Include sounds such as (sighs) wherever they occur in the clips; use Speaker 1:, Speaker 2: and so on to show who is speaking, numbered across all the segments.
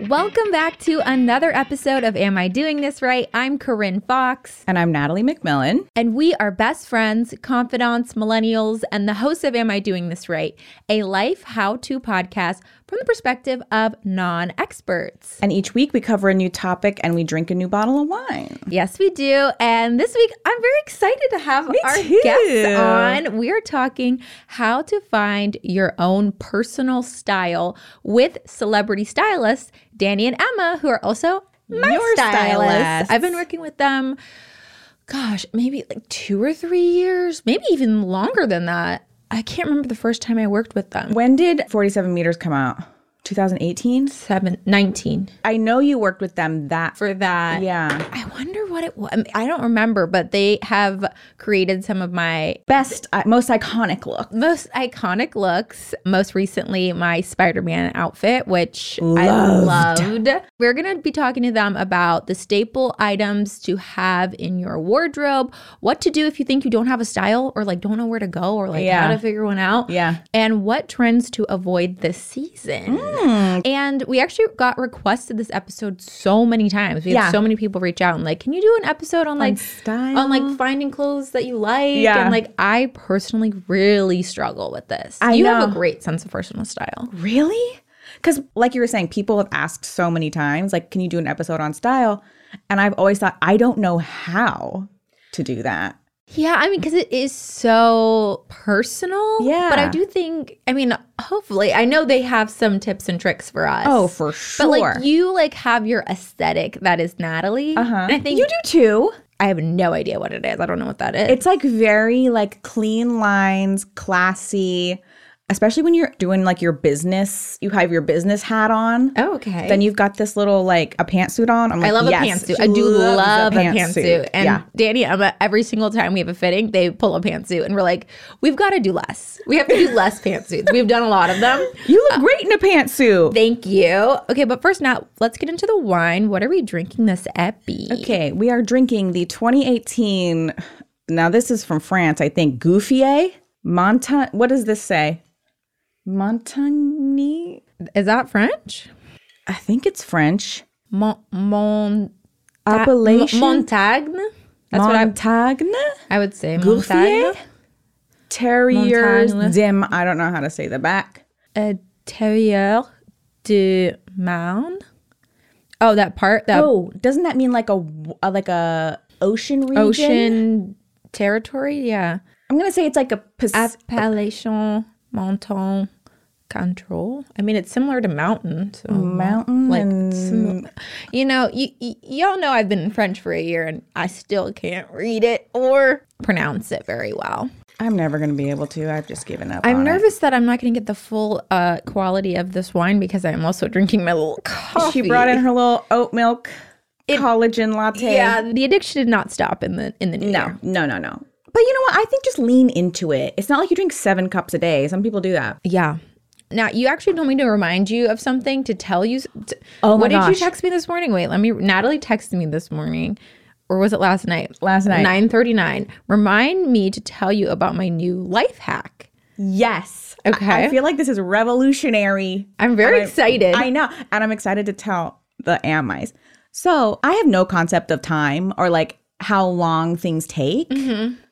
Speaker 1: Welcome back to another episode of Am I Doing This Right? I'm Corinne Fox,
Speaker 2: And I'm Natalie McMillan.
Speaker 1: and we are best friends, confidants, millennials, and the hosts of Am I Doing This Right? A life how to podcast from the perspective of non experts.
Speaker 2: And each week we cover a new topic and we drink a new bottle of wine.
Speaker 1: Yes, we do. And this week, I'm very excited to have our
Speaker 2: too.
Speaker 1: guests on. We are talking how to find your own personal style with celebrity stylists, Danny and Emma, who are also my
Speaker 2: Your
Speaker 1: stylists.
Speaker 2: stylists.
Speaker 1: I've been working with them, gosh, maybe like two or three years, maybe even longer than that. I can't remember the first time I worked with them.
Speaker 2: When did 47 Meters come out? 2018?
Speaker 1: Seven, 19
Speaker 2: I know you worked with them that.
Speaker 1: for that.
Speaker 2: yeah.
Speaker 1: I wonder what it was. I don't remember, but they have created some of my
Speaker 2: Best, uh, most iconic look.
Speaker 1: most iconic looks. Most recently, my Spider Man outfit, which I loved. We're going to be talking to them about the staple items to have in your wardrobe, what to do if you think you don't have a style or like don't know where to go or like
Speaker 2: Yeah.
Speaker 1: how to figure one out.
Speaker 2: Yeah.
Speaker 1: And what trends to avoid this season.
Speaker 2: Mm.
Speaker 1: And we actually got requested this episode so many times. We
Speaker 2: Yeah.
Speaker 1: have so many people reach out and like, can you do an episode on like
Speaker 2: style.
Speaker 1: on like finding clothes that you like?
Speaker 2: Yeah.
Speaker 1: And like I personally really struggle with this.
Speaker 2: I
Speaker 1: you have a
Speaker 2: know.
Speaker 1: great sense of personal style.
Speaker 2: Really? Because, like you were saying, people have asked so many times, like, can you do an episode on style? And I've always thought, I don't know how to do that.
Speaker 1: Yeah, I mean, because it is so personal.
Speaker 2: Yeah.
Speaker 1: But I do think, I mean, hopefully, I know they have some tips and tricks for us.
Speaker 2: Oh, for
Speaker 1: But
Speaker 2: sure.
Speaker 1: like you like have your aesthetic that is Natalie.
Speaker 2: Uh-huh.
Speaker 1: And I think
Speaker 2: you do too.
Speaker 1: I have no idea what it is. I don't know what that is.
Speaker 2: It's like very like clean lines, classy, especially when you're doing like your business. You have your business hat on.
Speaker 1: oh, okay.
Speaker 2: Then you've got this little like a pantsuit on. I'm
Speaker 1: I
Speaker 2: like,
Speaker 1: love
Speaker 2: yes,
Speaker 1: a pantsuit.
Speaker 2: she
Speaker 1: I do
Speaker 2: loves
Speaker 1: love a pantsuit. And
Speaker 2: yeah.
Speaker 1: Danny and Emma, every single time we have a fitting, they pull a pantsuit and we're like, we've got to do less. We have to do less pantsuits. We've done a lot of them.
Speaker 2: You look great in a
Speaker 1: (laughs)
Speaker 2: pantsuit.
Speaker 1: uh, Thank you. Okay, but first now, let's get into the wine. What are we drinking this epi?
Speaker 2: okay, we are drinking the 2018. Now this is from France, I think. Gouffier Monta. What does this say? Montagny.
Speaker 1: Is that French?
Speaker 2: I think it's French.
Speaker 1: Mon, mon,
Speaker 2: Appellation.
Speaker 1: Montagne? Ah, That's what I,
Speaker 2: Montagne.
Speaker 1: I would say.
Speaker 2: Gouffier?
Speaker 1: Montagne.
Speaker 2: Terriers
Speaker 1: Montagne.
Speaker 2: dim. I don't know how to say the back.
Speaker 1: A terrier de Marne. Oh, that part, that
Speaker 2: Oh, doesn't that mean like a, w- uh, like a ocean region?
Speaker 1: ocean territory? Yeah.
Speaker 2: I'm gonna say it's like a Pacific.
Speaker 1: Appellation Mountain Control. I mean, it's similar to mountain. So
Speaker 2: Mountain
Speaker 1: like,
Speaker 2: and-
Speaker 1: sim- you know, you, y y'all know I've been in French for a year and I still can't read it or pronounce it very well.
Speaker 2: I'm never gonna be able to. I've just given up.
Speaker 1: I'm
Speaker 2: on it.
Speaker 1: nervous that I'm not going to get the full uh, quality of this wine because I'm also drinking my little coffee.
Speaker 2: She brought in her little oat milk collagen latte.
Speaker 1: Yeah, the addiction did not stop in the in the new
Speaker 2: No,
Speaker 1: year.
Speaker 2: no, no, no. But you know what? I think just lean into it. It's not like you drink seven cups a day. Some people do that.
Speaker 1: Yeah. Now you actually told me to remind you of something to tell you. To, oh
Speaker 2: my
Speaker 1: What did
Speaker 2: gosh.
Speaker 1: you text me this morning? Wait, let me. Natalie texted me this morning, or was it last night?
Speaker 2: Last night.
Speaker 1: nine thirty nine. Remind me to tell you about my new life hack.
Speaker 2: Yes. I-
Speaker 1: Okay.
Speaker 2: I feel like this is revolutionary.
Speaker 1: I'm very
Speaker 2: And I-
Speaker 1: excited.
Speaker 2: I know. And I'm excited to tell the Amites. So I have no concept of time or like how long things take.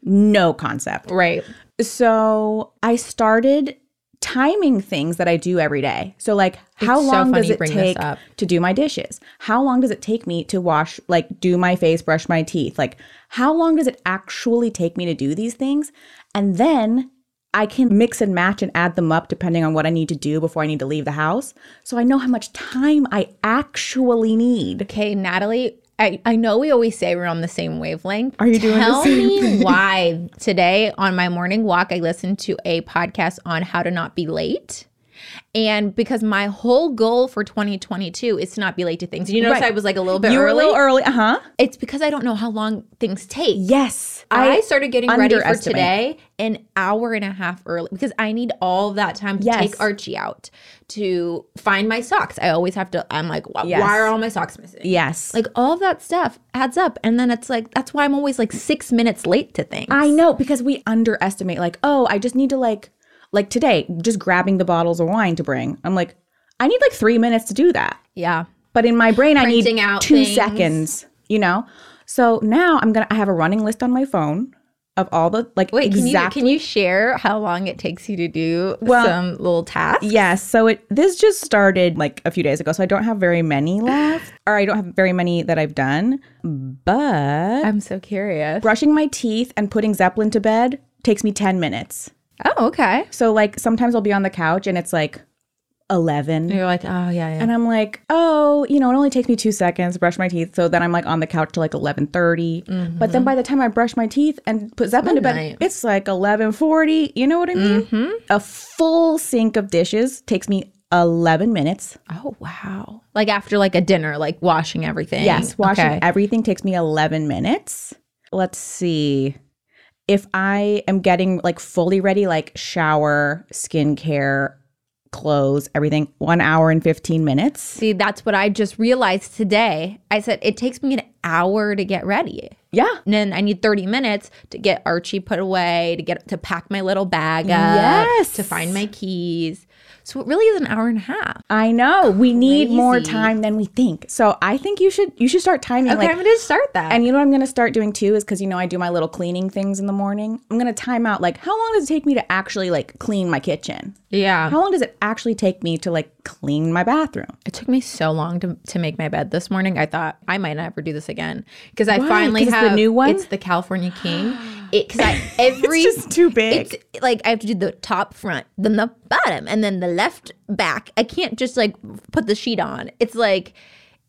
Speaker 2: No concept.
Speaker 1: right.
Speaker 2: So I started timing things that I do every day. So like how
Speaker 1: so
Speaker 2: long
Speaker 1: funny
Speaker 2: does
Speaker 1: you
Speaker 2: it
Speaker 1: bring this
Speaker 2: take
Speaker 1: up.
Speaker 2: to do my dishes? How long does it take me to wash like do my face, brush my teeth? Like how long does it actually take me to do these things? And then I can mix and match and add them up depending on what I need to do before I need to leave the house. So I know how much time I actually need.
Speaker 1: Okay, Natalie. I, I know we always say we're on the same wavelength. Are
Speaker 2: you doing the
Speaker 1: Tell
Speaker 2: same
Speaker 1: me
Speaker 2: (laughs)
Speaker 1: why today on my morning walk I listened to a podcast on how to not be late. And because my whole goal for 2022 is to not be late to things. You notice
Speaker 2: Right.
Speaker 1: I was like a little bit
Speaker 2: You were
Speaker 1: early.
Speaker 2: a little early, uh huh.
Speaker 1: it's because I don't know how long things take.
Speaker 2: Yes,
Speaker 1: I, started getting ready for
Speaker 2: underestimate.
Speaker 1: today an hour and a half early because I need all that time to
Speaker 2: Yes.
Speaker 1: take Archie out to find my socks. I always have to. I'm like, why,
Speaker 2: Yes.
Speaker 1: why are all my socks missing?
Speaker 2: Yes,
Speaker 1: Like all of that stuff adds up, and then it's like that's why I'm always like six minutes late to things.
Speaker 2: I know because we underestimate like, oh, I just need to like like today, just grabbing the bottles of wine to bring. I'm like, I need like 3 minutes to do that.
Speaker 1: yeah,
Speaker 2: But in my brain, I need
Speaker 1: Printing out
Speaker 2: two
Speaker 1: things.
Speaker 2: seconds, you know? So now I'm going to, I have a running list on my phone of all the, like,
Speaker 1: Wait, can
Speaker 2: exactly.
Speaker 1: you can you share how long it takes you to do
Speaker 2: Well,
Speaker 1: some little tasks?
Speaker 2: Yes. So it this just started like a few days ago. So I don't have very many left, or I don't have very many that I've done. But
Speaker 1: I'm so curious.
Speaker 2: brushing my teeth and putting Zeppelin to bed takes me 10 minutes.
Speaker 1: Oh, okay.
Speaker 2: So like sometimes I'll be on the couch and it's like 11.
Speaker 1: And you're like, oh yeah, yeah.
Speaker 2: And I'm like, oh, you know, it only takes me two seconds to brush my teeth. So then I'm like on the couch till like 11:30. But then by the time I brush my teeth and put Zeppelin to bed,
Speaker 1: Midnight.
Speaker 2: it's like 11:40. You know what I mean? A full sink of dishes takes me 11 minutes.
Speaker 1: oh wow. Like after like a dinner, like washing everything.
Speaker 2: Yes, washing
Speaker 1: Okay.
Speaker 2: everything takes me 11 minutes. Let's see. If I am getting like fully ready, like shower, skincare, clothes, everything, one hour and 15 minutes.
Speaker 1: See, that's what I just realized today. I said it takes me an hour to get ready.
Speaker 2: Yeah.
Speaker 1: And then I need 30 minutes to get Archie put away, to get to pack my little bag up,
Speaker 2: Yes.
Speaker 1: to find my keys. So it really is an hour and a half.
Speaker 2: I know. We need more
Speaker 1: Crazy.
Speaker 2: time than we think. So I think you should you should start timing
Speaker 1: Okay,
Speaker 2: like
Speaker 1: I'm gonna start that.
Speaker 2: and you know what I'm gonna start doing too is because you know I do my little cleaning things in the morning. I'm gonna time out like how long does it take me to actually like clean my kitchen?
Speaker 1: yeah.
Speaker 2: How long does it actually take me to like clean my bathroom?
Speaker 1: It took me so long to, to make my bed this morning. I thought I might never do this again because I finally
Speaker 2: 'Cause it's the
Speaker 1: have
Speaker 2: new one?
Speaker 1: It's the California King. It because I every
Speaker 2: (laughs) It's just too big.
Speaker 1: it's like I have to do the top front, then the bottom, and then the left back. I can't just like put the sheet on. It's like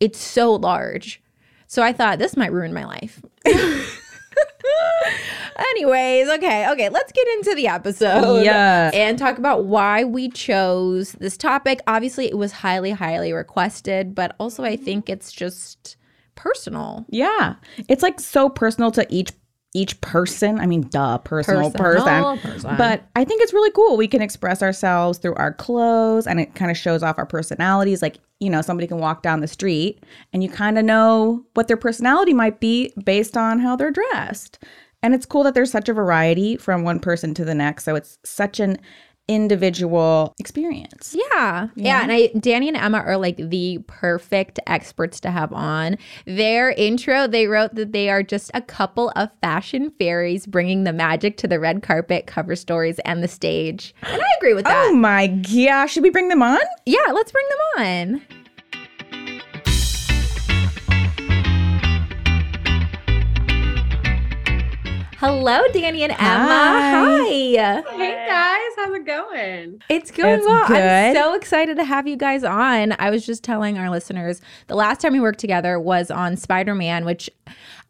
Speaker 1: it's so large. So I thought this might ruin my life. (laughs) Anyways, okay, okay, let's get into the episode.
Speaker 2: Yeah.
Speaker 1: And talk about why we chose this topic. Obviously, it was highly, highly requested, but also I think it's just personal.
Speaker 2: Yeah. It's like so personal to each each person. I mean, duh, personal
Speaker 1: Personal
Speaker 2: person.
Speaker 1: person.
Speaker 2: But I think it's really cool. We can express ourselves through our clothes and it kind of shows off our personalities. Like, you know, somebody can walk down the street and you kind of know what their personality might be based on how they're dressed. And it's cool that there's such a variety from one person to the next. So it's such an individual experience.
Speaker 1: Yeah. Yeah. And I Danny and Emma are like the perfect experts to have on. Their intro, they wrote that they are just a couple of fashion fairies bringing the magic to the red carpet, cover stories, and the stage. And I agree with that.
Speaker 2: Oh my gosh. Should we bring them on?
Speaker 1: Yeah, let's bring them on. Hello, Danny and Emma. Hi.
Speaker 3: Hey guys, how's it going?
Speaker 1: It's going
Speaker 2: It's
Speaker 1: well. I'm
Speaker 2: good.
Speaker 1: so excited to have you guys on. I was just telling our listeners the last time we worked together was on Spider Man, which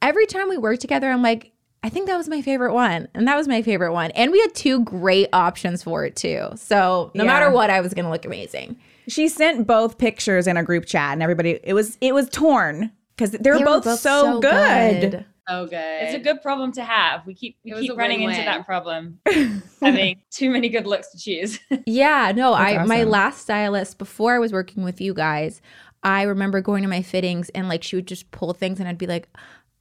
Speaker 1: every time we work together, I'm like, I think that was my favorite one. And that was my favorite one. And we had two great options for it too. So no
Speaker 2: Yeah.
Speaker 1: matter what, I was going to look amazing.
Speaker 2: She sent both pictures in a group chat, and everybody it was it was torn because they're
Speaker 1: They were
Speaker 2: both, so, good.
Speaker 3: So good.
Speaker 4: It's a good problem to have. We keep we
Speaker 3: It was a
Speaker 4: keep running into
Speaker 3: win-win.
Speaker 4: that problem. having too many good looks to choose. (laughs)
Speaker 2: (laughs)
Speaker 1: Yeah, no, I my
Speaker 2: awesome.
Speaker 1: last stylist before I was working with you guys, I remember going to my fittings and like she would just pull things and I'd be like,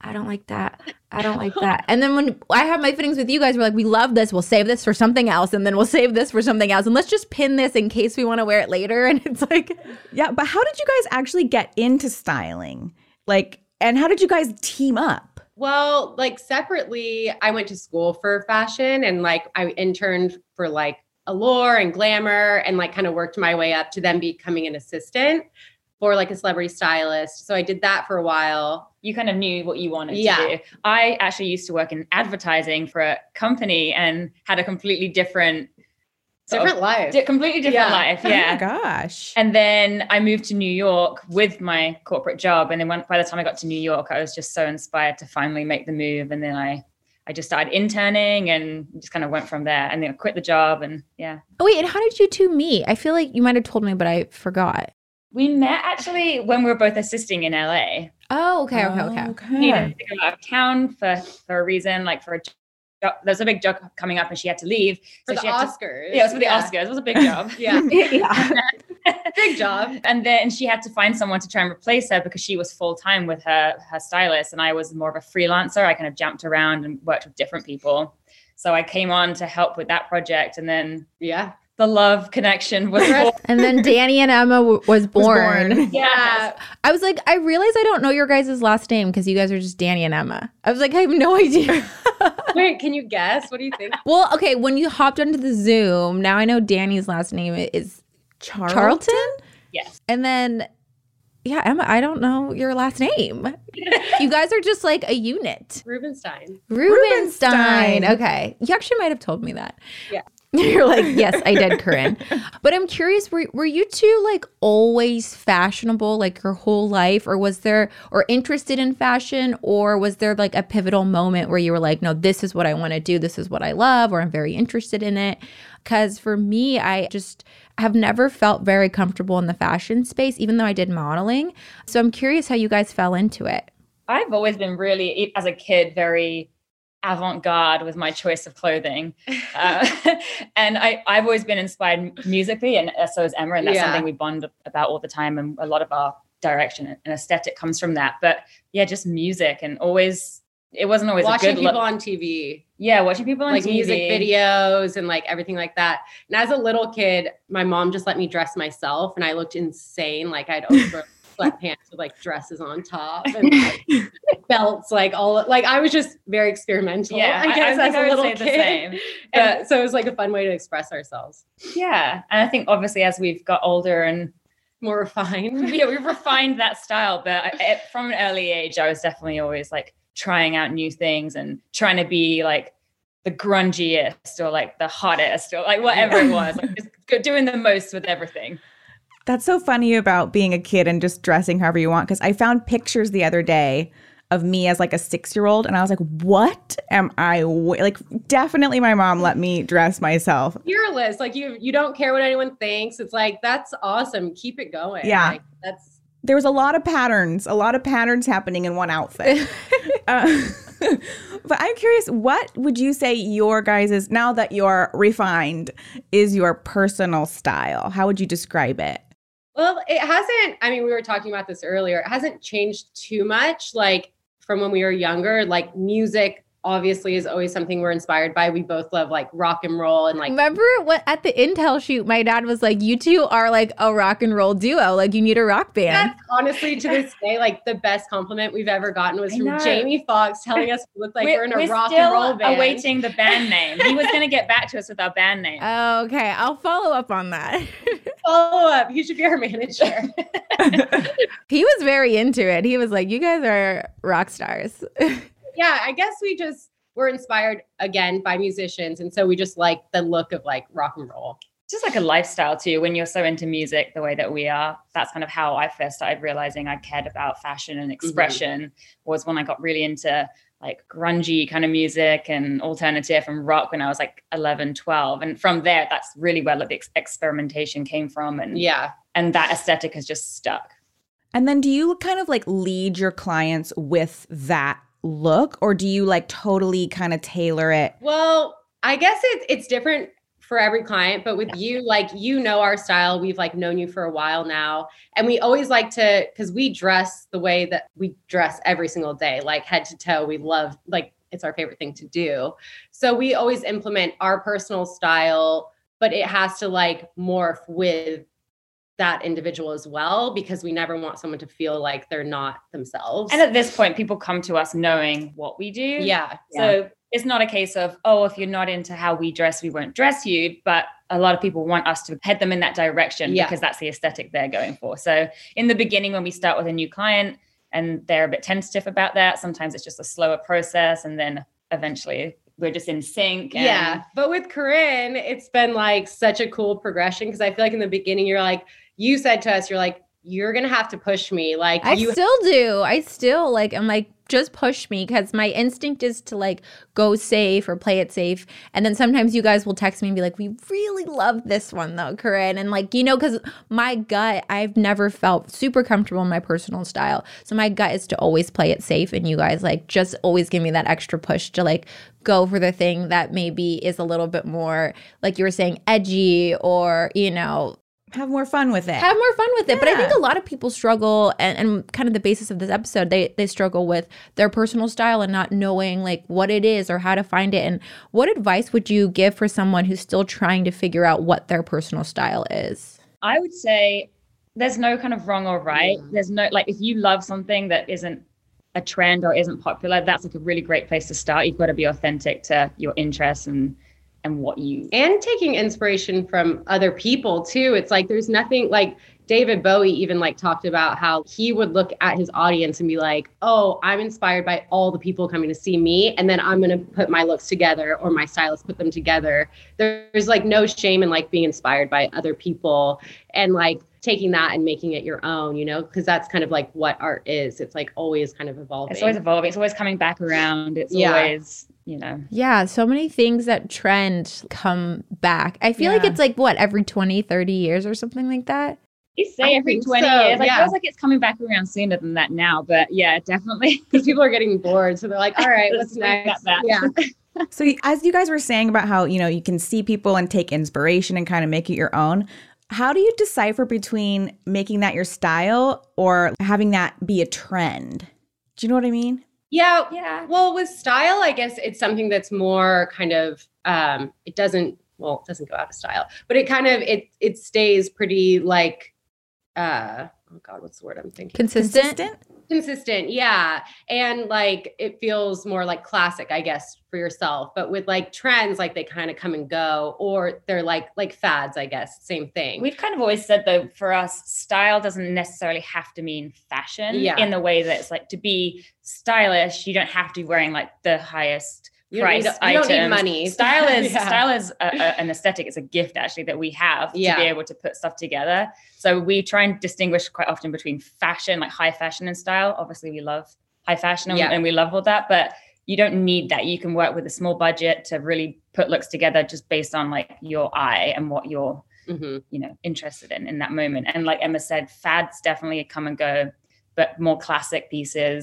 Speaker 1: I don't like that. I don't like
Speaker 2: (laughs)
Speaker 1: that. And then when I have my fittings with you guys, we're like, we love this. We'll save this for something else, and then we'll save this for something else, and let's just pin this in case we want to wear it later. (laughs) And it's like,
Speaker 2: Yeah, but how did you guys actually get into styling? Like, and how did you guys team up?
Speaker 3: Well, like separately, I went to school for fashion and like I interned for like Allure and Glamour and like kind of worked my way up to then becoming an assistant for like a celebrity stylist. So I did that for a while.
Speaker 4: You kind of knew what you wanted
Speaker 3: Yeah.
Speaker 4: to do. I actually used to work in advertising for a company and had a completely different sort of-
Speaker 3: Different life.
Speaker 4: di- completely different
Speaker 3: Yeah.
Speaker 4: life.
Speaker 2: Oh my
Speaker 3: (laughs)
Speaker 4: Yeah.
Speaker 2: gosh.
Speaker 4: And then I moved to New York with my corporate job. And then when, by the time I got to New York, I was just so inspired to finally make the move. And then I, I just started interning and just kind of went from there. And then I quit the job. And yeah,
Speaker 1: oh wait, and how did you two meet? I feel like you might have told me, but I forgot.
Speaker 4: we met actually when we were both assisting in LA.
Speaker 1: Oh, okay, okay, okay.
Speaker 4: needed to go out of town for for a reason, like for a job. There was a big job coming up, and she had to leave.
Speaker 3: for the
Speaker 4: she had to-
Speaker 3: Oscars.
Speaker 4: yeah, it was for the Oscars. It was a big job.
Speaker 3: (laughs)
Speaker 4: (laughs)
Speaker 3: Yeah.
Speaker 2: (laughs)
Speaker 1: (laughs)
Speaker 2: yeah.
Speaker 3: Big job.
Speaker 4: And then she had to find someone to try and replace her because she was full time with her her stylist, and I was more of a freelancer. I kind of jumped around and worked with different people. So I came on to help with that project, and then
Speaker 3: Yeah.
Speaker 4: the love connection was born.
Speaker 1: And then Danny and Emma w- was born.
Speaker 2: born.
Speaker 4: (laughs) Yes.
Speaker 1: I was like, I realize I don't know your guys' last name because you guys are just Danny and Emma. I was like, I have no (laughs) idea.
Speaker 3: Wait, can you guess? What do you think?
Speaker 1: well, okay, when you hopped onto the Zoom, now I know Danny's last name is
Speaker 2: Charles.
Speaker 1: Charlton.
Speaker 4: Yes.
Speaker 1: And then, yeah, Emma, I don't know your last name. you guys are just like a unit.
Speaker 3: Rubenstein.
Speaker 1: Rubenstein.
Speaker 2: Rubenstein.
Speaker 1: Okay. You actually might have told me that.
Speaker 3: Yeah.
Speaker 1: (laughs) You're like, yes, I did, Corinne. But I'm curious, were, were you two like always fashionable like your whole life? Or was there, or interested in fashion? Or was there like a pivotal moment where you were like, no, this is what I want to do. This is what I love, or I'm very interested in it? Because for me, I just have never felt very comfortable in the fashion space, even though I did modeling. So I'm curious how you guys fell into it.
Speaker 4: I've always been really, e, as a kid, very avant-garde with my choice
Speaker 3: (laughs)
Speaker 4: of clothing, uh, (laughs) and I, I've always been inspired musically, and uh, so is Emma, and that's
Speaker 3: Yeah.
Speaker 4: something we bond about all the time, and a lot of our direction and aesthetic comes from that. But yeah, just music, and always it wasn't always a
Speaker 3: Watching
Speaker 4: good
Speaker 3: people
Speaker 4: look.
Speaker 3: on TV,
Speaker 4: Yeah, watching people on
Speaker 3: like
Speaker 4: TV.
Speaker 3: music videos and like everything like that. And as a little kid, my mom just let me dress myself and I looked insane. Like I'd over (laughs) sweatpants with like dresses on top and
Speaker 4: (laughs)
Speaker 3: like, belts, like all like I was just very experimental.
Speaker 4: Yeah,
Speaker 3: I guess as
Speaker 4: think
Speaker 3: a
Speaker 4: would
Speaker 3: little
Speaker 4: say
Speaker 3: kid.
Speaker 4: the same.
Speaker 3: (laughs) And so it was like a fun way to express ourselves.
Speaker 4: (laughs) Yeah, and I think obviously as we've got older and
Speaker 3: More refined.
Speaker 4: (laughs) yeah, we've refined that style, but I, I, from an early age, I was definitely always like trying out new things and trying to be like the grungiest or like the hottest or like whatever it was, like, just go- doing the most with everything.
Speaker 2: That's so funny about being a kid and just dressing however you want. Because I found pictures the other day of me as like a six year old, and I was like, "What am I we-" like?" Definitely, my mom let me dress myself.
Speaker 3: Fearless. Like you you don't care what anyone thinks. It's like that's awesome. Keep it going.
Speaker 2: Yeah.
Speaker 3: Like, that's
Speaker 2: There was a lot of patterns, a lot of patterns happening in one outfit. Uh, (laughs) but I'm curious, what would you say your guys' now that you're refined is your personal style? How would you describe it?
Speaker 3: Well, it hasn't. I mean, we were talking about this earlier. It hasn't changed too much, like from when we were younger. Like music, obviously, is always something we're inspired by. We both love like rock and roll and like
Speaker 1: Remember what at the Intel shoot, my dad was like, "You two are like a rock and roll duo. Like you need a rock band."
Speaker 3: that's honestly to this day, like the best compliment we've ever gotten was
Speaker 4: I
Speaker 3: from
Speaker 4: know.
Speaker 3: Jamie Foxx telling us we look like we're, in a rock
Speaker 4: still
Speaker 3: and roll band.
Speaker 4: awaiting the band name. He was going to get back to us with our band name.
Speaker 1: okay, I'll follow up on that. (laughs)
Speaker 3: Follow up. He should be our manager.
Speaker 1: he was very into it. He was like, "You guys are rock stars."
Speaker 3: yeah, I guess we just were inspired again by musicians, and so we just like the look of like rock and roll.
Speaker 4: just like a lifestyle too when you're so into music the way that we are that's kind of how i first started realizing i cared about fashion and expression was when i got really into like grungy kind of music and alternative and rock when i was like 11 12 and from there that's really where like, the ex- experimentation came from and
Speaker 3: Yeah.
Speaker 4: and that aesthetic has just stuck
Speaker 2: And then do you kind of like lead your clients with that look or do you like totally kind of tailor it?
Speaker 3: Well, I guess it's it's different for every client, but with you, like you know our style. We've like known you for a while now. And we always like to because we dress the way that we dress every single day, like head to toe. We love like it's our favorite thing to do. So we always implement our personal style, but it has to like morph with that individual as well because we never want someone to feel like they're not themselves.
Speaker 4: and at this point people come to us knowing what we do
Speaker 3: yeah.
Speaker 4: So it's not a case of, oh, if you're not into how we dress, we won't dress you. But a lot of people want us to head them in that direction
Speaker 3: Yeah.
Speaker 4: because that's the aesthetic they're going for. So in the beginning, when we start with a new client and they're a bit tentative about that, sometimes it's just a slower process. And then eventually we're just in sync. And
Speaker 3: Yeah. But with Corinne, it's been like such a cool progression because I feel like in the beginning, you're like, you said to us, you're like, you're going to have to push me. Like,
Speaker 1: I
Speaker 3: you,
Speaker 1: still do. I still like. I'm like, just push me because my instinct is to like go safe or play it safe. And then sometimes you guys will text me and be like, "We really love this one though, Corinne." And like, you know, because my gut, I've never felt super comfortable in my personal style. So my gut is to always play it safe. And you guys like just always give me that extra push to like go for the thing that maybe is a little bit more like you were saying edgy or you know
Speaker 2: have more fun with it.
Speaker 1: have more fun with it. But I think a
Speaker 2: Yeah.
Speaker 1: lot of people struggle, and, and kind of the basis of this episode, they they struggle with their personal style and not knowing like what it is or how to find it. And what advice would you give for someone who's still trying to figure out what their personal style is?
Speaker 4: I would say there's no kind of wrong or right.
Speaker 3: Yeah.
Speaker 4: There's no like if you love something that isn't a trend or isn't popular, that's like a really great place to start. You've got to be authentic to your interests and and what you
Speaker 3: and taking inspiration from other people too it's like there's nothing like david bowie even like talked about how he would look at his audience and be like oh i'm inspired by all the people coming to see me and then i'm going to put my looks together or my stylist put them together there's like no shame in like being inspired by other people and like taking that and making it your own you know because that's kind of like what art is it's like always kind of evolving
Speaker 4: it's always evolving, it's always coming back around. It's
Speaker 3: Yeah.
Speaker 4: always, you know.
Speaker 1: Yeah, so many things that trend come back. I feel like
Speaker 4: Yeah.
Speaker 1: it's like what every 20, 30 years or something like that.
Speaker 4: You
Speaker 3: I
Speaker 4: say every
Speaker 3: think
Speaker 4: 20
Speaker 3: so,
Speaker 4: years. Like,
Speaker 3: yeah.
Speaker 4: It feels like it's coming back around sooner than that now. But yeah, definitely.
Speaker 3: because people are getting bored so they're like all right
Speaker 4: Let's (laughs)
Speaker 3: what's
Speaker 4: bring
Speaker 3: next
Speaker 4: that back.
Speaker 3: yeah
Speaker 2: So y- as you guys were saying about how, you know, you can see people and take inspiration and kind of make it your own, how do you decipher between making that your style or having that be a trend? Do you know what I mean?
Speaker 3: yeah
Speaker 4: Yeah.
Speaker 3: Well, with style, I guess it's something that's more kind of um it doesn't well, it doesn't go out of style, but it kind of it it stays pretty like uh oh god, what's the word I'm thinking?
Speaker 1: Consistent.
Speaker 3: Consistent, yeah. And like it feels more like classic, I guess, for yourself. But with like trends, like they kind of come and go, or they're like like fads, I guess, same thing.
Speaker 4: We've kind of always said though, for us, style doesn't necessarily have to mean fashion
Speaker 3: Yeah.
Speaker 4: in the way that it's like to be stylish, you don't have to be wearing like the highest
Speaker 3: You don't
Speaker 4: price
Speaker 3: need- you don't need
Speaker 4: items.
Speaker 3: money. (laughs)
Speaker 4: Style is
Speaker 3: Yeah.
Speaker 4: style is a, a- an aesthetic. It's a gift actually that we have to
Speaker 3: Yeah.
Speaker 4: be able to put stuff together. So we try and distinguish quite often between fashion, like high fashion and style. Obviously, we love high fashion and,
Speaker 3: Yeah.
Speaker 4: and we love all that, but you don't need that. You can work with a small budget to really put looks together just based on like your eye and what your
Speaker 3: Mhm.
Speaker 4: you know interested in in that moment and like emma said fads definitely come and go but more classic pieces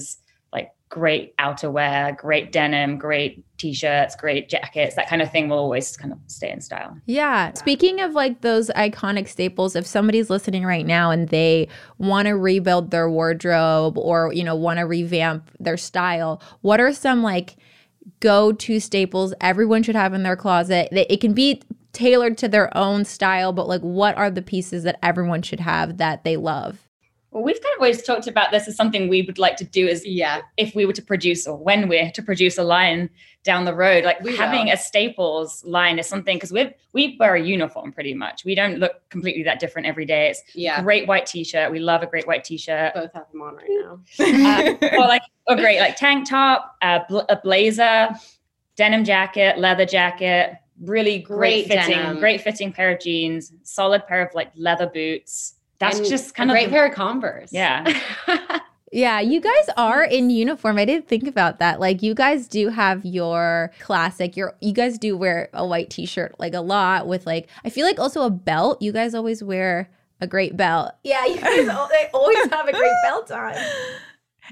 Speaker 4: like great outerwear great denim great t-shirts great jackets that kind of thing will always kind of stay in style
Speaker 1: Yeah. Speaking of like those iconic staples, if somebody's listening right now and they want to rebuild their wardrobe or, you know, want to revamp their style, what are some like go to staples everyone should have in their closet that it can be tailored to their own style, but like what are the pieces that everyone should have that they love?
Speaker 4: well we've kind of always talked about this as something we would like to do is
Speaker 3: Yeah.
Speaker 4: if we were to produce or when we're to produce a line down the road like
Speaker 3: We
Speaker 4: having
Speaker 3: will.
Speaker 4: a staples line is something because we we wear a uniform pretty much we don't look completely that different every day it's
Speaker 3: Yeah.
Speaker 4: great white t-shirt we love a great white t-shirt
Speaker 3: Both have them on right now.
Speaker 4: or like a great like tank top, a, bl- a blazer, denim jacket, leather jacket, really
Speaker 3: Great
Speaker 4: great, fitting,
Speaker 3: denim.
Speaker 4: great fitting pair of jeans, solid pair of like leather boots. That's
Speaker 3: And
Speaker 4: just
Speaker 3: a
Speaker 4: kind of
Speaker 3: great
Speaker 4: the-
Speaker 3: pair of Converse. (laughs)
Speaker 4: Yeah.
Speaker 1: Yeah, you guys are in uniform. I didn't think about that. Like you guys do have your classic. Your you guys do wear a white t-shirt like a lot with like I feel like also a belt. You guys always wear a great belt. Yeah, you guys al- they always have a great belt on.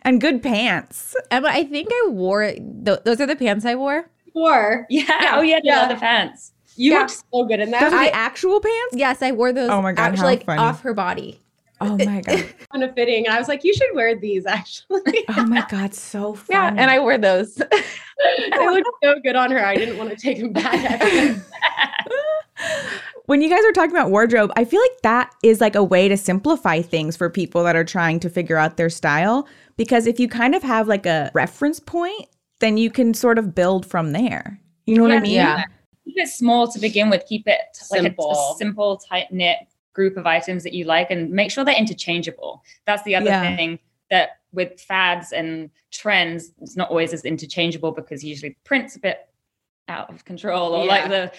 Speaker 2: And good pants.
Speaker 1: (laughs) Emma, I think I wore th- those are the pants I wore.
Speaker 3: Or
Speaker 4: yeah. Oh yeah, the
Speaker 3: Yeah.
Speaker 4: leather pants.
Speaker 3: you
Speaker 1: Yeah.
Speaker 3: look so good in
Speaker 2: Those
Speaker 3: that.
Speaker 2: are
Speaker 3: I
Speaker 2: the actual pants?
Speaker 1: Yes, I wore those.
Speaker 2: Oh my God,
Speaker 1: actually,
Speaker 2: how
Speaker 1: like
Speaker 2: funny.
Speaker 1: off her body.
Speaker 2: Oh my god.
Speaker 3: kind of fitting. And I was like, you should wear these (laughs) actually.
Speaker 2: Oh my god, so
Speaker 1: (laughs)
Speaker 2: funny.
Speaker 1: Yeah, and I wore
Speaker 3: (laughs)
Speaker 1: those.
Speaker 3: they looked so good on her. I didn't want to take them back.
Speaker 2: when you guys are talking about wardrobe, I feel like that is like a way to simplify things for people that are trying to figure out their style. Because if you kind of have like a reference point, then you can sort of build from there. You know what I
Speaker 4: Yeah.
Speaker 2: mean?
Speaker 1: Yeah.
Speaker 4: Keep it small to begin with. Keep it like a- A,
Speaker 3: Simple.
Speaker 4: simple, tight knit group of items that you like, and make sure they're interchangeable. That's the other
Speaker 2: Yeah.
Speaker 4: thing that with fads and trends, it's not always as interchangeable because usually print's a bit out of control or
Speaker 3: Yeah.
Speaker 4: like the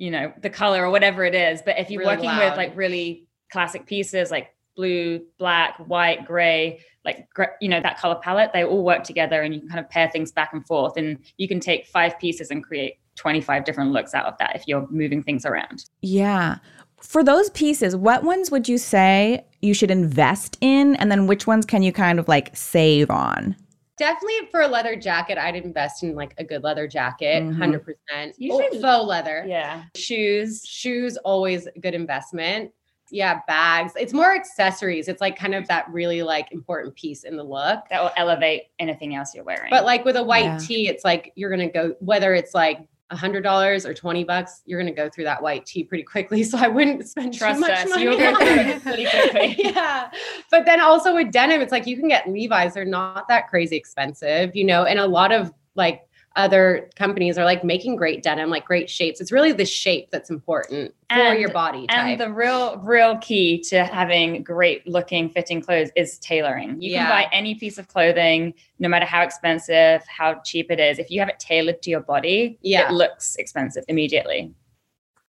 Speaker 4: you know the color or whatever it is. But if you're
Speaker 3: Really
Speaker 4: working
Speaker 3: loud.
Speaker 4: with like really classic pieces like blue, black, white, gray, like gr- you know that color palette, they all work together, and you can kind of pair things back and forth, and you can take five pieces and create. 25 different looks out of that if you're moving things around.
Speaker 2: Yeah. For those pieces, what ones would you say you should invest in? And then which ones can you kind of like save on?
Speaker 3: (laughs) Definitely for a leather jacket, I'd invest in like a good leather jacket,
Speaker 2: Mhm.
Speaker 3: 100 percent.
Speaker 4: Usually-
Speaker 3: faux leather.
Speaker 4: Yeah.
Speaker 3: Shoes, shoes always a good investment. yeah, bags. It's more accessories. It's like kind of that really like important piece in the look.
Speaker 4: That will elevate anything else you're wearing.
Speaker 3: But like with a white
Speaker 2: Yeah.
Speaker 3: tee, it's like you're gonna go whether it's like a hundred dollars or twenty bucks, you're gonna go through that white tee pretty quickly. (laughs) So I wouldn't spend
Speaker 4: Trust
Speaker 3: too much
Speaker 4: us,
Speaker 3: money.
Speaker 4: you'll go
Speaker 3: on
Speaker 4: through
Speaker 3: it.
Speaker 4: it pretty quickly.
Speaker 3: (laughs) yeah. But then also with denim, it's like you can get Levi's. They're not that crazy expensive, you know, and a lot of like other companies are like making great denim, like great shapes. It's really the shape that's important for
Speaker 4: And-
Speaker 3: your body type.
Speaker 4: And the real, real key to having great looking, fitting clothes is tailoring. You
Speaker 3: Yeah.
Speaker 4: can buy any piece of clothing, no matter how expensive, how cheap it is. If you have it tailored to your body,
Speaker 3: Yeah.
Speaker 4: it looks expensive immediately.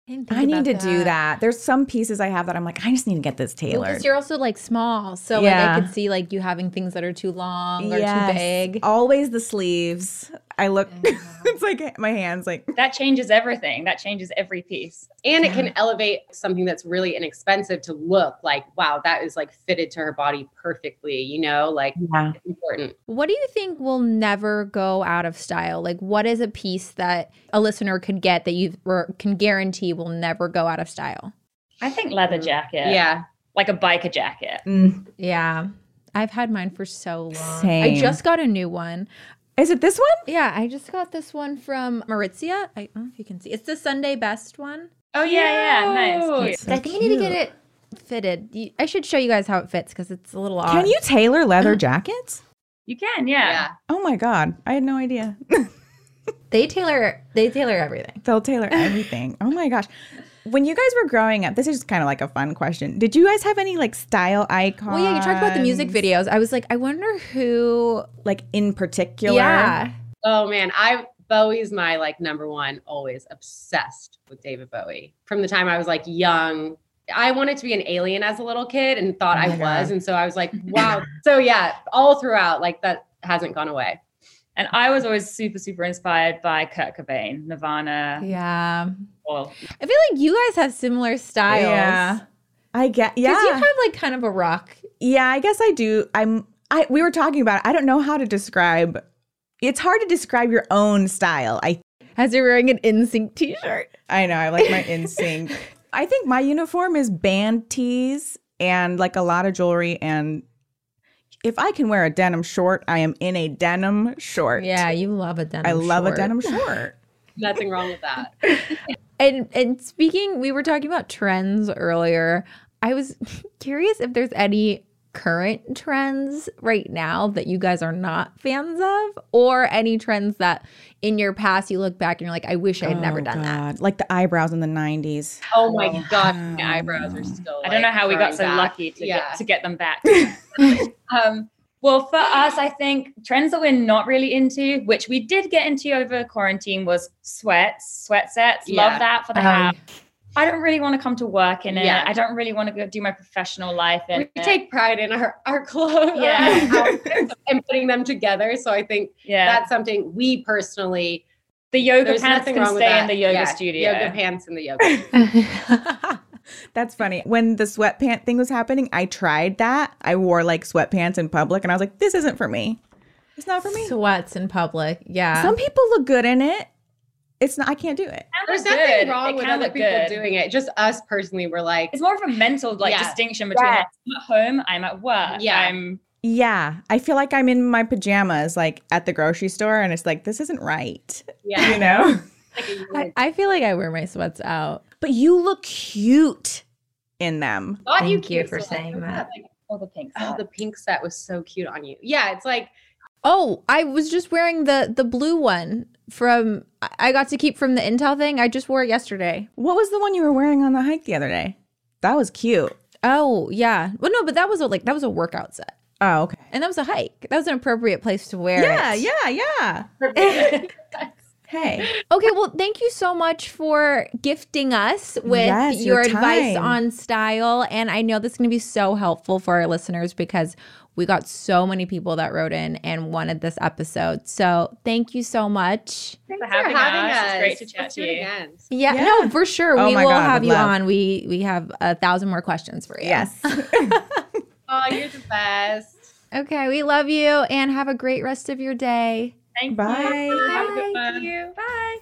Speaker 1: didn't think
Speaker 2: I need
Speaker 1: about
Speaker 2: to do that. There's some pieces I have that I'm like, I just need to get this
Speaker 1: Well, 'cause
Speaker 2: tailored.
Speaker 1: you're also like small, so
Speaker 2: Yeah.
Speaker 1: like I could see like you having things that are too long or
Speaker 2: Yes. Oh.
Speaker 1: too big.
Speaker 2: Always the sleeves. I look.
Speaker 1: (laughs) Yeah.
Speaker 2: (laughs) it's like my hands like
Speaker 4: That changes everything. That changes every piece.
Speaker 3: and it can elevate something that's really inexpensive to look like wow that is like fitted to her body perfectly you know like
Speaker 2: yeah.
Speaker 4: Mm-hmm.
Speaker 3: it's important
Speaker 1: What do you think will never go out of style? Like, what is a piece that a listener could get that you or can guarantee will never go out of style?
Speaker 4: I think leather jacket.
Speaker 3: Mm. yeah,
Speaker 4: Like a biker jacket.
Speaker 2: Mm.
Speaker 1: Yeah, I've had mine for so long.
Speaker 2: Same.
Speaker 1: I just got a new one.
Speaker 2: Is it this one?
Speaker 1: Yeah, I just got this one from Maurizia. I don't know if you can see. It's the Sunday best one.
Speaker 4: Oh yeah, yeah. Nice. Cute.
Speaker 1: I think I need to get it fitted. You- I should show you guys how it fits because it's a little odd.
Speaker 2: Can you tailor
Speaker 1: (clears throat)
Speaker 2: leather jackets?
Speaker 4: You can,
Speaker 3: yeah
Speaker 4: yeah.
Speaker 2: Oh my god, I had no idea.
Speaker 1: They tailor. They tailor everything.
Speaker 2: They'll tailor everything. oh my gosh. When you guys were growing up, this is kind of like a fun question. Did you guys have any like style icons?
Speaker 1: Well, yeah, you talked about the music videos. I was like, I wonder who.
Speaker 2: Like in particular?
Speaker 1: Yeah.
Speaker 3: oh man i bowie's my like number one always obsessed with david bowie from the time i was like young i wanted to be an alien as a little kid and thought
Speaker 2: Oh
Speaker 3: i
Speaker 2: my
Speaker 3: was
Speaker 2: God.
Speaker 3: and so i was
Speaker 4: (laughs)
Speaker 3: like wow so yeah all throughout like that hasn't gone away
Speaker 4: And I was always super, super inspired by Kurt Cobain, Nirvana.
Speaker 1: Yeah.
Speaker 4: Well,
Speaker 1: I feel like you guys have similar styles.
Speaker 2: Yeah. I get. Yeah.
Speaker 1: Because you have like kind of a rock.
Speaker 2: Yeah, I guess I do. I'm I we were talking about it. I don't know how to describe it's hard to describe your own style. I
Speaker 1: As you're wearing an NSYNC t-shirt.
Speaker 2: I know, I (laughs) like my in sync. I think my uniform is band tees and like a lot of jewelry and if I can wear a denim short, I am in a denim short.
Speaker 1: Yeah, you love a denim.
Speaker 2: I love
Speaker 1: short. (sighs)
Speaker 2: a denim short.
Speaker 3: nothing wrong with that
Speaker 1: And and speaking, we were talking about trends earlier. I was (laughs) curious if there's any current trends right now that you guys are not fans of, or any trends that in your past you look back and you're like, I wish I had never
Speaker 2: Oh,
Speaker 1: done that.
Speaker 2: God. Like the eyebrows in the 90s.
Speaker 3: oh my god my eyebrows are still
Speaker 4: I don't know
Speaker 3: like,
Speaker 4: how we got
Speaker 3: growing
Speaker 4: so
Speaker 3: back.
Speaker 4: lucky to
Speaker 3: yeah
Speaker 4: get to get
Speaker 3: (laughs)
Speaker 4: them back. um, well, for us, I think trends that we're not really into, which we did get into over quarantine, was sweats, sweat sets.
Speaker 3: Yeah. Oh,
Speaker 4: Love that for the
Speaker 1: Um,
Speaker 4: house. I don't really want to come to work in it.
Speaker 3: Yeah.
Speaker 4: I don't really want to go do my professional life in
Speaker 3: we
Speaker 4: it.
Speaker 3: take pride in our our clothes
Speaker 4: Yeah.
Speaker 3: our outfits (laughs) and putting them together. So I think
Speaker 4: yeah.
Speaker 3: that's something we personally.
Speaker 4: the yoga
Speaker 3: There's
Speaker 4: pants
Speaker 3: nothing
Speaker 4: can
Speaker 3: wrong with
Speaker 4: stay
Speaker 3: that.
Speaker 4: in the yoga
Speaker 3: Yeah,
Speaker 4: studio.
Speaker 3: Yoga pants in the yoga.
Speaker 1: (laughs)
Speaker 2: That's funny. When the sweatpant thing was happening, I tried that. I wore like sweatpants in public and I was like, this isn't for me. It's not for me.
Speaker 1: Sweats in public. Yeah.
Speaker 2: Some people look good in it. It's not I can't do it.
Speaker 4: Can
Speaker 3: There's
Speaker 4: look
Speaker 3: nothing
Speaker 4: good. It
Speaker 3: wrong with
Speaker 4: can
Speaker 3: other
Speaker 4: look
Speaker 3: people
Speaker 4: good.
Speaker 3: doing it. Just us personally, we're like,
Speaker 4: It's more of a mental like
Speaker 3: Yeah.
Speaker 4: distinction between
Speaker 2: Yeah.
Speaker 4: like, I'm at home, I'm at work.
Speaker 3: Yeah.
Speaker 4: I'm
Speaker 2: Yeah. I feel like I'm in my pajamas like at the grocery store and it's like this isn't right.
Speaker 3: yeah.
Speaker 2: You (laughs) know?
Speaker 4: (laughs)
Speaker 3: like a
Speaker 1: I,
Speaker 3: unit.
Speaker 1: I feel like I wear my sweats out.
Speaker 2: but you look cute in them.
Speaker 3: Thought
Speaker 1: Thank you
Speaker 3: cute,
Speaker 1: for
Speaker 3: so I
Speaker 1: saying
Speaker 3: was
Speaker 1: that.
Speaker 3: like,
Speaker 4: all the pink.
Speaker 3: oh, the pink set was so cute on you. Yeah, it's like
Speaker 1: Oh, I was just wearing the the blue one from I- I got to keep from the Intel thing. I just wore it yesterday.
Speaker 2: What was the one you were wearing on the hike the other day? That was cute.
Speaker 1: Oh yeah. Well, no, but that was a, like that was a workout set,
Speaker 2: Oh, okay.
Speaker 1: and that was a hike. That was an appropriate place to wear.
Speaker 2: Yeah,
Speaker 1: it.
Speaker 2: yeah, yeah. (laughs) Hey.
Speaker 1: Okay. Well, thank you so much for gifting us with
Speaker 2: Yes,
Speaker 1: your,
Speaker 2: your
Speaker 1: advice
Speaker 2: time.
Speaker 1: on style, and I know this is going to be so helpful for our listeners because we got so many people that wrote in and wanted this episode. So thank you so much.
Speaker 3: thanks for
Speaker 4: having
Speaker 3: having
Speaker 4: us.
Speaker 3: us.
Speaker 4: It's great to
Speaker 3: Let's
Speaker 4: chat
Speaker 3: do
Speaker 4: to
Speaker 3: it
Speaker 4: you.
Speaker 3: again.
Speaker 1: Yeah,
Speaker 2: Yeah.
Speaker 1: no, for sure.
Speaker 2: Oh
Speaker 1: we
Speaker 2: my
Speaker 1: will
Speaker 2: God,
Speaker 1: have
Speaker 2: would
Speaker 1: you
Speaker 2: love.
Speaker 1: on. We we have a thousand more questions for you.
Speaker 2: (laughs) Yes.
Speaker 3: Oh, you're the best.
Speaker 1: (laughs) Okay, we love you and have a great rest of your day.
Speaker 4: Thank
Speaker 2: Bye.
Speaker 4: you. Have a good
Speaker 1: Bye.
Speaker 4: one. you. Bye.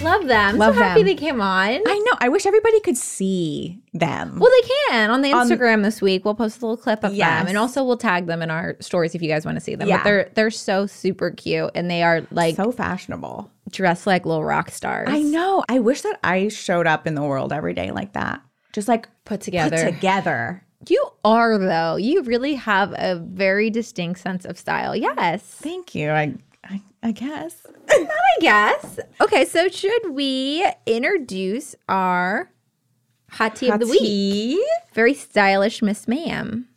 Speaker 1: love them.
Speaker 2: Love
Speaker 1: so happy
Speaker 2: them.
Speaker 1: they came on.
Speaker 2: I know. I wish everybody could see them.
Speaker 1: Well, they can on the
Speaker 2: On-
Speaker 1: Instagram this week. We'll post a little clip of
Speaker 2: Um, Yes.
Speaker 1: them, and also we'll tag them in our stories if you guys want to see them.
Speaker 2: Yeah.
Speaker 1: But they're they're so super cute, and they are like
Speaker 2: so fashionable.
Speaker 1: dressed like little rock stars.
Speaker 2: I know. I wish that I showed up in the world every day like that. Just like
Speaker 1: Put together.
Speaker 2: put together.
Speaker 1: you are though. You really have a very distinct sense of style. Yes,
Speaker 2: Thank you. I I, I guess.
Speaker 1: I guess. Okay, so should we introduce our hot tea of the week?
Speaker 2: Tea.
Speaker 1: Very stylish Miss Ma'am,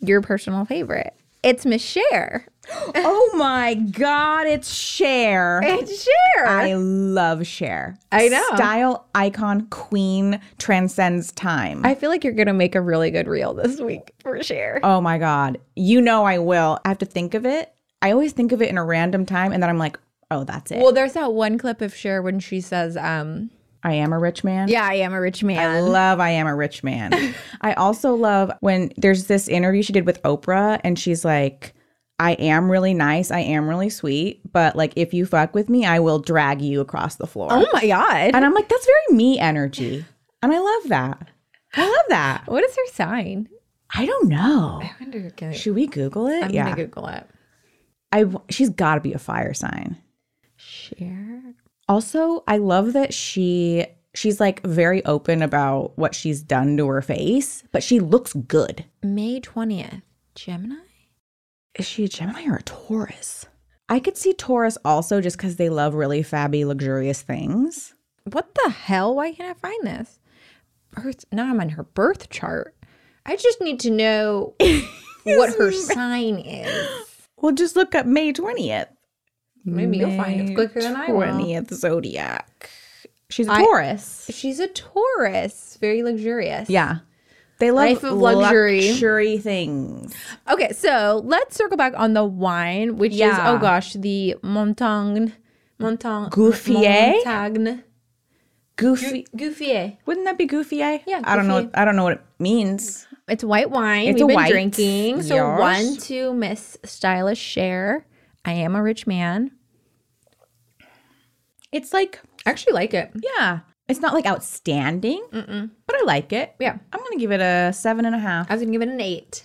Speaker 1: your personal favorite. It's Miss Cher.
Speaker 2: (laughs) Oh my god, it's Cher.
Speaker 1: It's Cher.
Speaker 2: I love Cher.
Speaker 1: I know.
Speaker 2: Style icon queen transcends time.
Speaker 1: I feel like you're gonna make a really good reel this week for sure.
Speaker 2: oh my god. You know I will. I have to think of it. I always think of it in a random time and then I'm like, "Oh, that's it.
Speaker 1: Well, there's that one clip of Cher when she says, um,
Speaker 2: I am a rich man."
Speaker 1: "Yeah, I am a rich
Speaker 2: I
Speaker 1: man."
Speaker 2: love I Am a
Speaker 1: (laughs)
Speaker 2: Rich Man. I also love when there's this interview she did with Oprah and she's like, I am really nice. I am really sweet. But like, if you fuck with me, I will drag you across the floor.
Speaker 1: oh my god!
Speaker 2: And I'm like, that's very me energy. And I love that. I love that.
Speaker 1: what is her sign?
Speaker 2: I don't know.
Speaker 1: I wonder. Can
Speaker 2: Should we Google it?
Speaker 1: I'm
Speaker 2: yeah.
Speaker 1: gonna Google it.
Speaker 2: I, she's got to be a fire sign.
Speaker 1: Cher.
Speaker 2: Also, I love that she she's like very open about what she's done to her face, but she looks good.
Speaker 1: May twentieth, Gemini.
Speaker 2: Is she a Gemini or a Taurus? I could see Taurus also just because they love really fabby, luxurious things.
Speaker 1: What the hell? Why can't I find this? Birth. Now I'm on her birth chart. I just need to
Speaker 2: (laughs)
Speaker 1: know what her sign is.
Speaker 2: Well, just look up May 20th.
Speaker 1: Maybe you'll find it quicker than I will.
Speaker 2: 20th zodiac. She's a
Speaker 1: I-
Speaker 2: Taurus.
Speaker 1: She's a Taurus, very luxurious.
Speaker 2: yeah. They love
Speaker 1: Life of luxury.
Speaker 2: luxury things.
Speaker 1: Okay, so let's circle back on the wine, which is
Speaker 2: Yeah.
Speaker 1: oh gosh, the Montagne, Montagne,
Speaker 2: Gouffier?
Speaker 1: Montagne,
Speaker 2: Goofy.
Speaker 1: Gouffier.
Speaker 2: Wouldn't that be goofy? Yeah. I don't know.
Speaker 1: goofy.
Speaker 2: I don't know what it means.
Speaker 1: It's white wine.
Speaker 2: It's
Speaker 1: We've
Speaker 2: a
Speaker 1: been
Speaker 2: white,
Speaker 1: drinking. So
Speaker 2: yes.
Speaker 1: one to Miss Stylish Share. I am a rich man.
Speaker 2: It's like,
Speaker 1: I actually like it.
Speaker 2: yeah. It's not like outstanding, but I like it.
Speaker 1: Yeah.
Speaker 2: I'm going to give it a seven and a half.
Speaker 1: I was gonna give it an eight.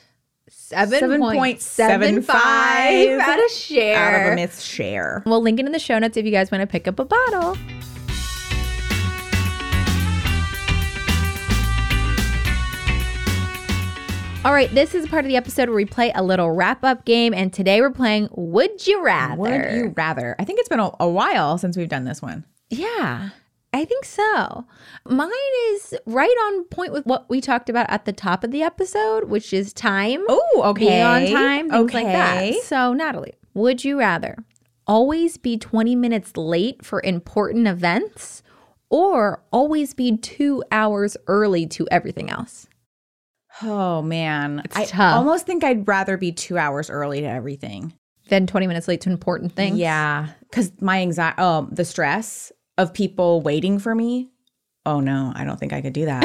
Speaker 2: 7.75
Speaker 1: 7.75 out of share.
Speaker 2: out of a Miss Share.
Speaker 1: We'll link it in the show notes if you guys want to pick up a bottle. All right, this is part of the episode where we play a little wrap up game, and today we're playing Would You Rather?
Speaker 2: Would you rather? I think it's been a, a while since we've done this one.
Speaker 1: Yeah, I think so. Mine is right on point with what we talked about at the top of the episode, which is time.
Speaker 2: Oh, okay.
Speaker 1: being on time, things like
Speaker 2: Okay.
Speaker 1: that. So, Natalie, would you rather always be 20 minutes late for important events or always be two hours early to everything else?
Speaker 2: Oh man,
Speaker 1: It's
Speaker 2: I
Speaker 1: tough.
Speaker 2: almost think I'd rather be two hours early to everything.
Speaker 1: Then 20 minutes late to important things?
Speaker 2: Yeah, because my anxiety, um, the stress of people waiting for me. Oh no, I don't think I could do (laughs) that.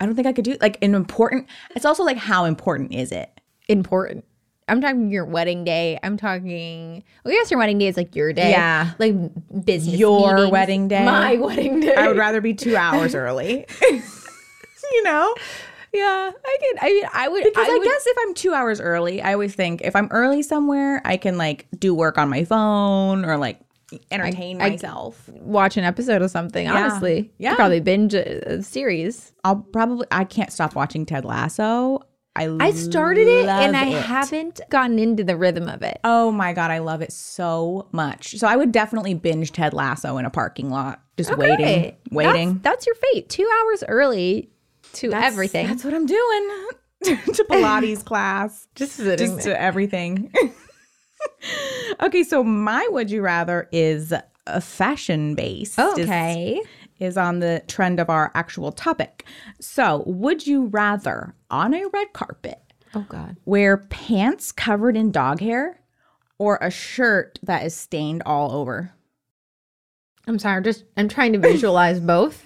Speaker 2: I don't think I could do like an important. It's also like how important is it?
Speaker 1: Important. I'm talking your wedding day. I'm talking, well, I guess your wedding day is like your day.
Speaker 2: Yeah.
Speaker 1: Like business.
Speaker 2: Your
Speaker 1: meetings.
Speaker 2: wedding day?
Speaker 1: My (laughs) wedding day.
Speaker 2: I would rather be two hours early. (laughs) you know.
Speaker 1: yeah. I could, I mean, I would,
Speaker 2: Because I,
Speaker 1: would-
Speaker 2: guess if I'm two hours early, I always think if I'm early somewhere, I can like do work on my phone or like entertain
Speaker 1: I-
Speaker 2: myself.
Speaker 1: watch an episode of something, honestly.
Speaker 2: Yeah.
Speaker 1: Probably binge a, a series.
Speaker 2: I'll probably I can't stop watching Ted Lasso. I
Speaker 1: I started it
Speaker 2: love
Speaker 1: and I
Speaker 2: it.
Speaker 1: haven't gotten into the rhythm of it.
Speaker 2: Oh my god, I love it so much. So I would definitely binge Ted Lasso in a parking lot, just waiting,
Speaker 1: Right.
Speaker 2: waiting.
Speaker 1: That's, that's your fate. Two hours early to everything.
Speaker 2: That's what I'm doing. (laughs) to Pilates class.
Speaker 1: just sitting
Speaker 2: just to everything. (laughs) okay, so my would you rather is a fashion based.
Speaker 1: Okay.
Speaker 2: Is, is on the trend of our actual topic. So, would you rather on a red carpet
Speaker 1: Oh God.
Speaker 2: wear pants covered in dog hair or a shirt that is stained all over?
Speaker 1: I'm sorry. I'm just I'm trying to visualize both.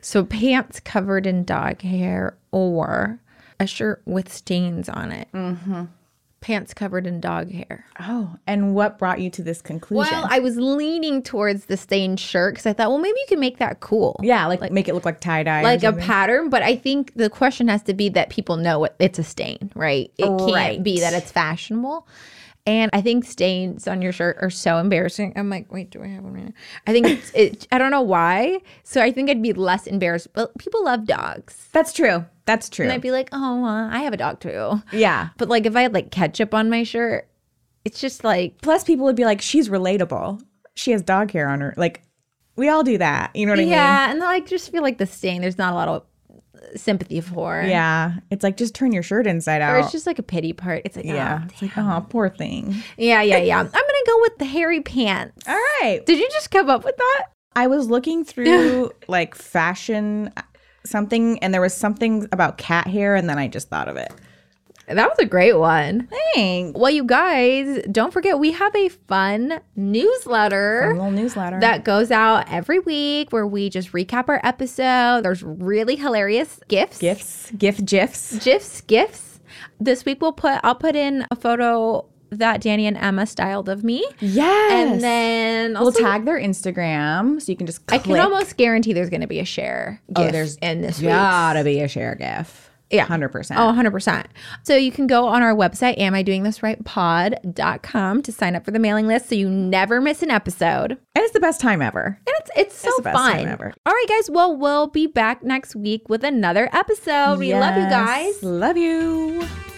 Speaker 1: So pants covered in dog hair or a shirt with stains on it.
Speaker 2: Mm-hmm.
Speaker 1: pants covered in dog hair.
Speaker 2: Oh, and what brought you to this conclusion?
Speaker 1: Well, I was leaning towards the stained shirt because I thought, well, maybe you can make that cool.
Speaker 2: yeah, like, make it look like tie dye,
Speaker 1: Like a pattern, but I think the question has to be that people know what it's a stain, right? It can't
Speaker 2: Right.
Speaker 1: be that it's fashionable. And I think stains on your shirt are so embarrassing. I'm like, wait, do I have one right now? I think
Speaker 2: (laughs)
Speaker 1: it's, it, I don't know why. So I think I'd be less embarrassed. But people love dogs.
Speaker 2: That's true. That's true.
Speaker 1: And I'd be like, oh, uh, I have a dog too.
Speaker 2: yeah.
Speaker 1: But like if I had like ketchup on my shirt, it's just like
Speaker 2: Plus, people would be like, she's relatable. She has dog hair on her. Like, we all do that. You know what I
Speaker 1: yeah, and I just feel like the stain. There's not a lot of sympathy for.
Speaker 2: mean? Yeah. It's like, just turn your shirt inside
Speaker 1: Or
Speaker 2: out.
Speaker 1: it's just like a pity part. It's like,
Speaker 2: yeah.
Speaker 1: yeah,
Speaker 2: it's like, oh, poor thing.
Speaker 1: (laughs) yeah, yeah, yeah. I'm gonna go with the hairy pants.
Speaker 2: All right.
Speaker 1: Did you just come up with that?
Speaker 2: I was
Speaker 1: (laughs)
Speaker 2: looking through like fashion uh, something, and there was something about cat hair, and then I just thought of it.
Speaker 1: That was a great one.
Speaker 2: Thanks.
Speaker 1: Well, you guys, don't forget we have a fun newsletter.
Speaker 2: Little newsletter.
Speaker 1: That goes out every week where we just recap our episode. There's really hilarious gifts.
Speaker 2: gifts, gift gifs.
Speaker 1: GIFs, GIFs. This week we'll put I'll put in a photo that Danny and Emma styled of me.
Speaker 2: Yes.
Speaker 1: And then
Speaker 2: we'll
Speaker 1: also,
Speaker 2: tag their Instagram, so you can just.
Speaker 1: I
Speaker 2: Click.
Speaker 1: can almost guarantee there's going to be a share.
Speaker 2: Oh,
Speaker 1: GIF
Speaker 2: there's
Speaker 1: in this
Speaker 2: gotta
Speaker 1: week's.
Speaker 2: be a share gif.
Speaker 1: Yeah.
Speaker 2: hundred percent.
Speaker 1: Oh, 100%. So you can go on our website, amidoingthisrightpod.com, to sign up for the mailing list so you never miss an episode.
Speaker 2: and it's the best time ever.
Speaker 1: And it's it's so
Speaker 2: It's the best
Speaker 1: fun.
Speaker 2: time ever.
Speaker 1: All right, guys. Well, we'll be back next week with another episode. We love you
Speaker 2: Yes.
Speaker 1: guys.
Speaker 2: Love you.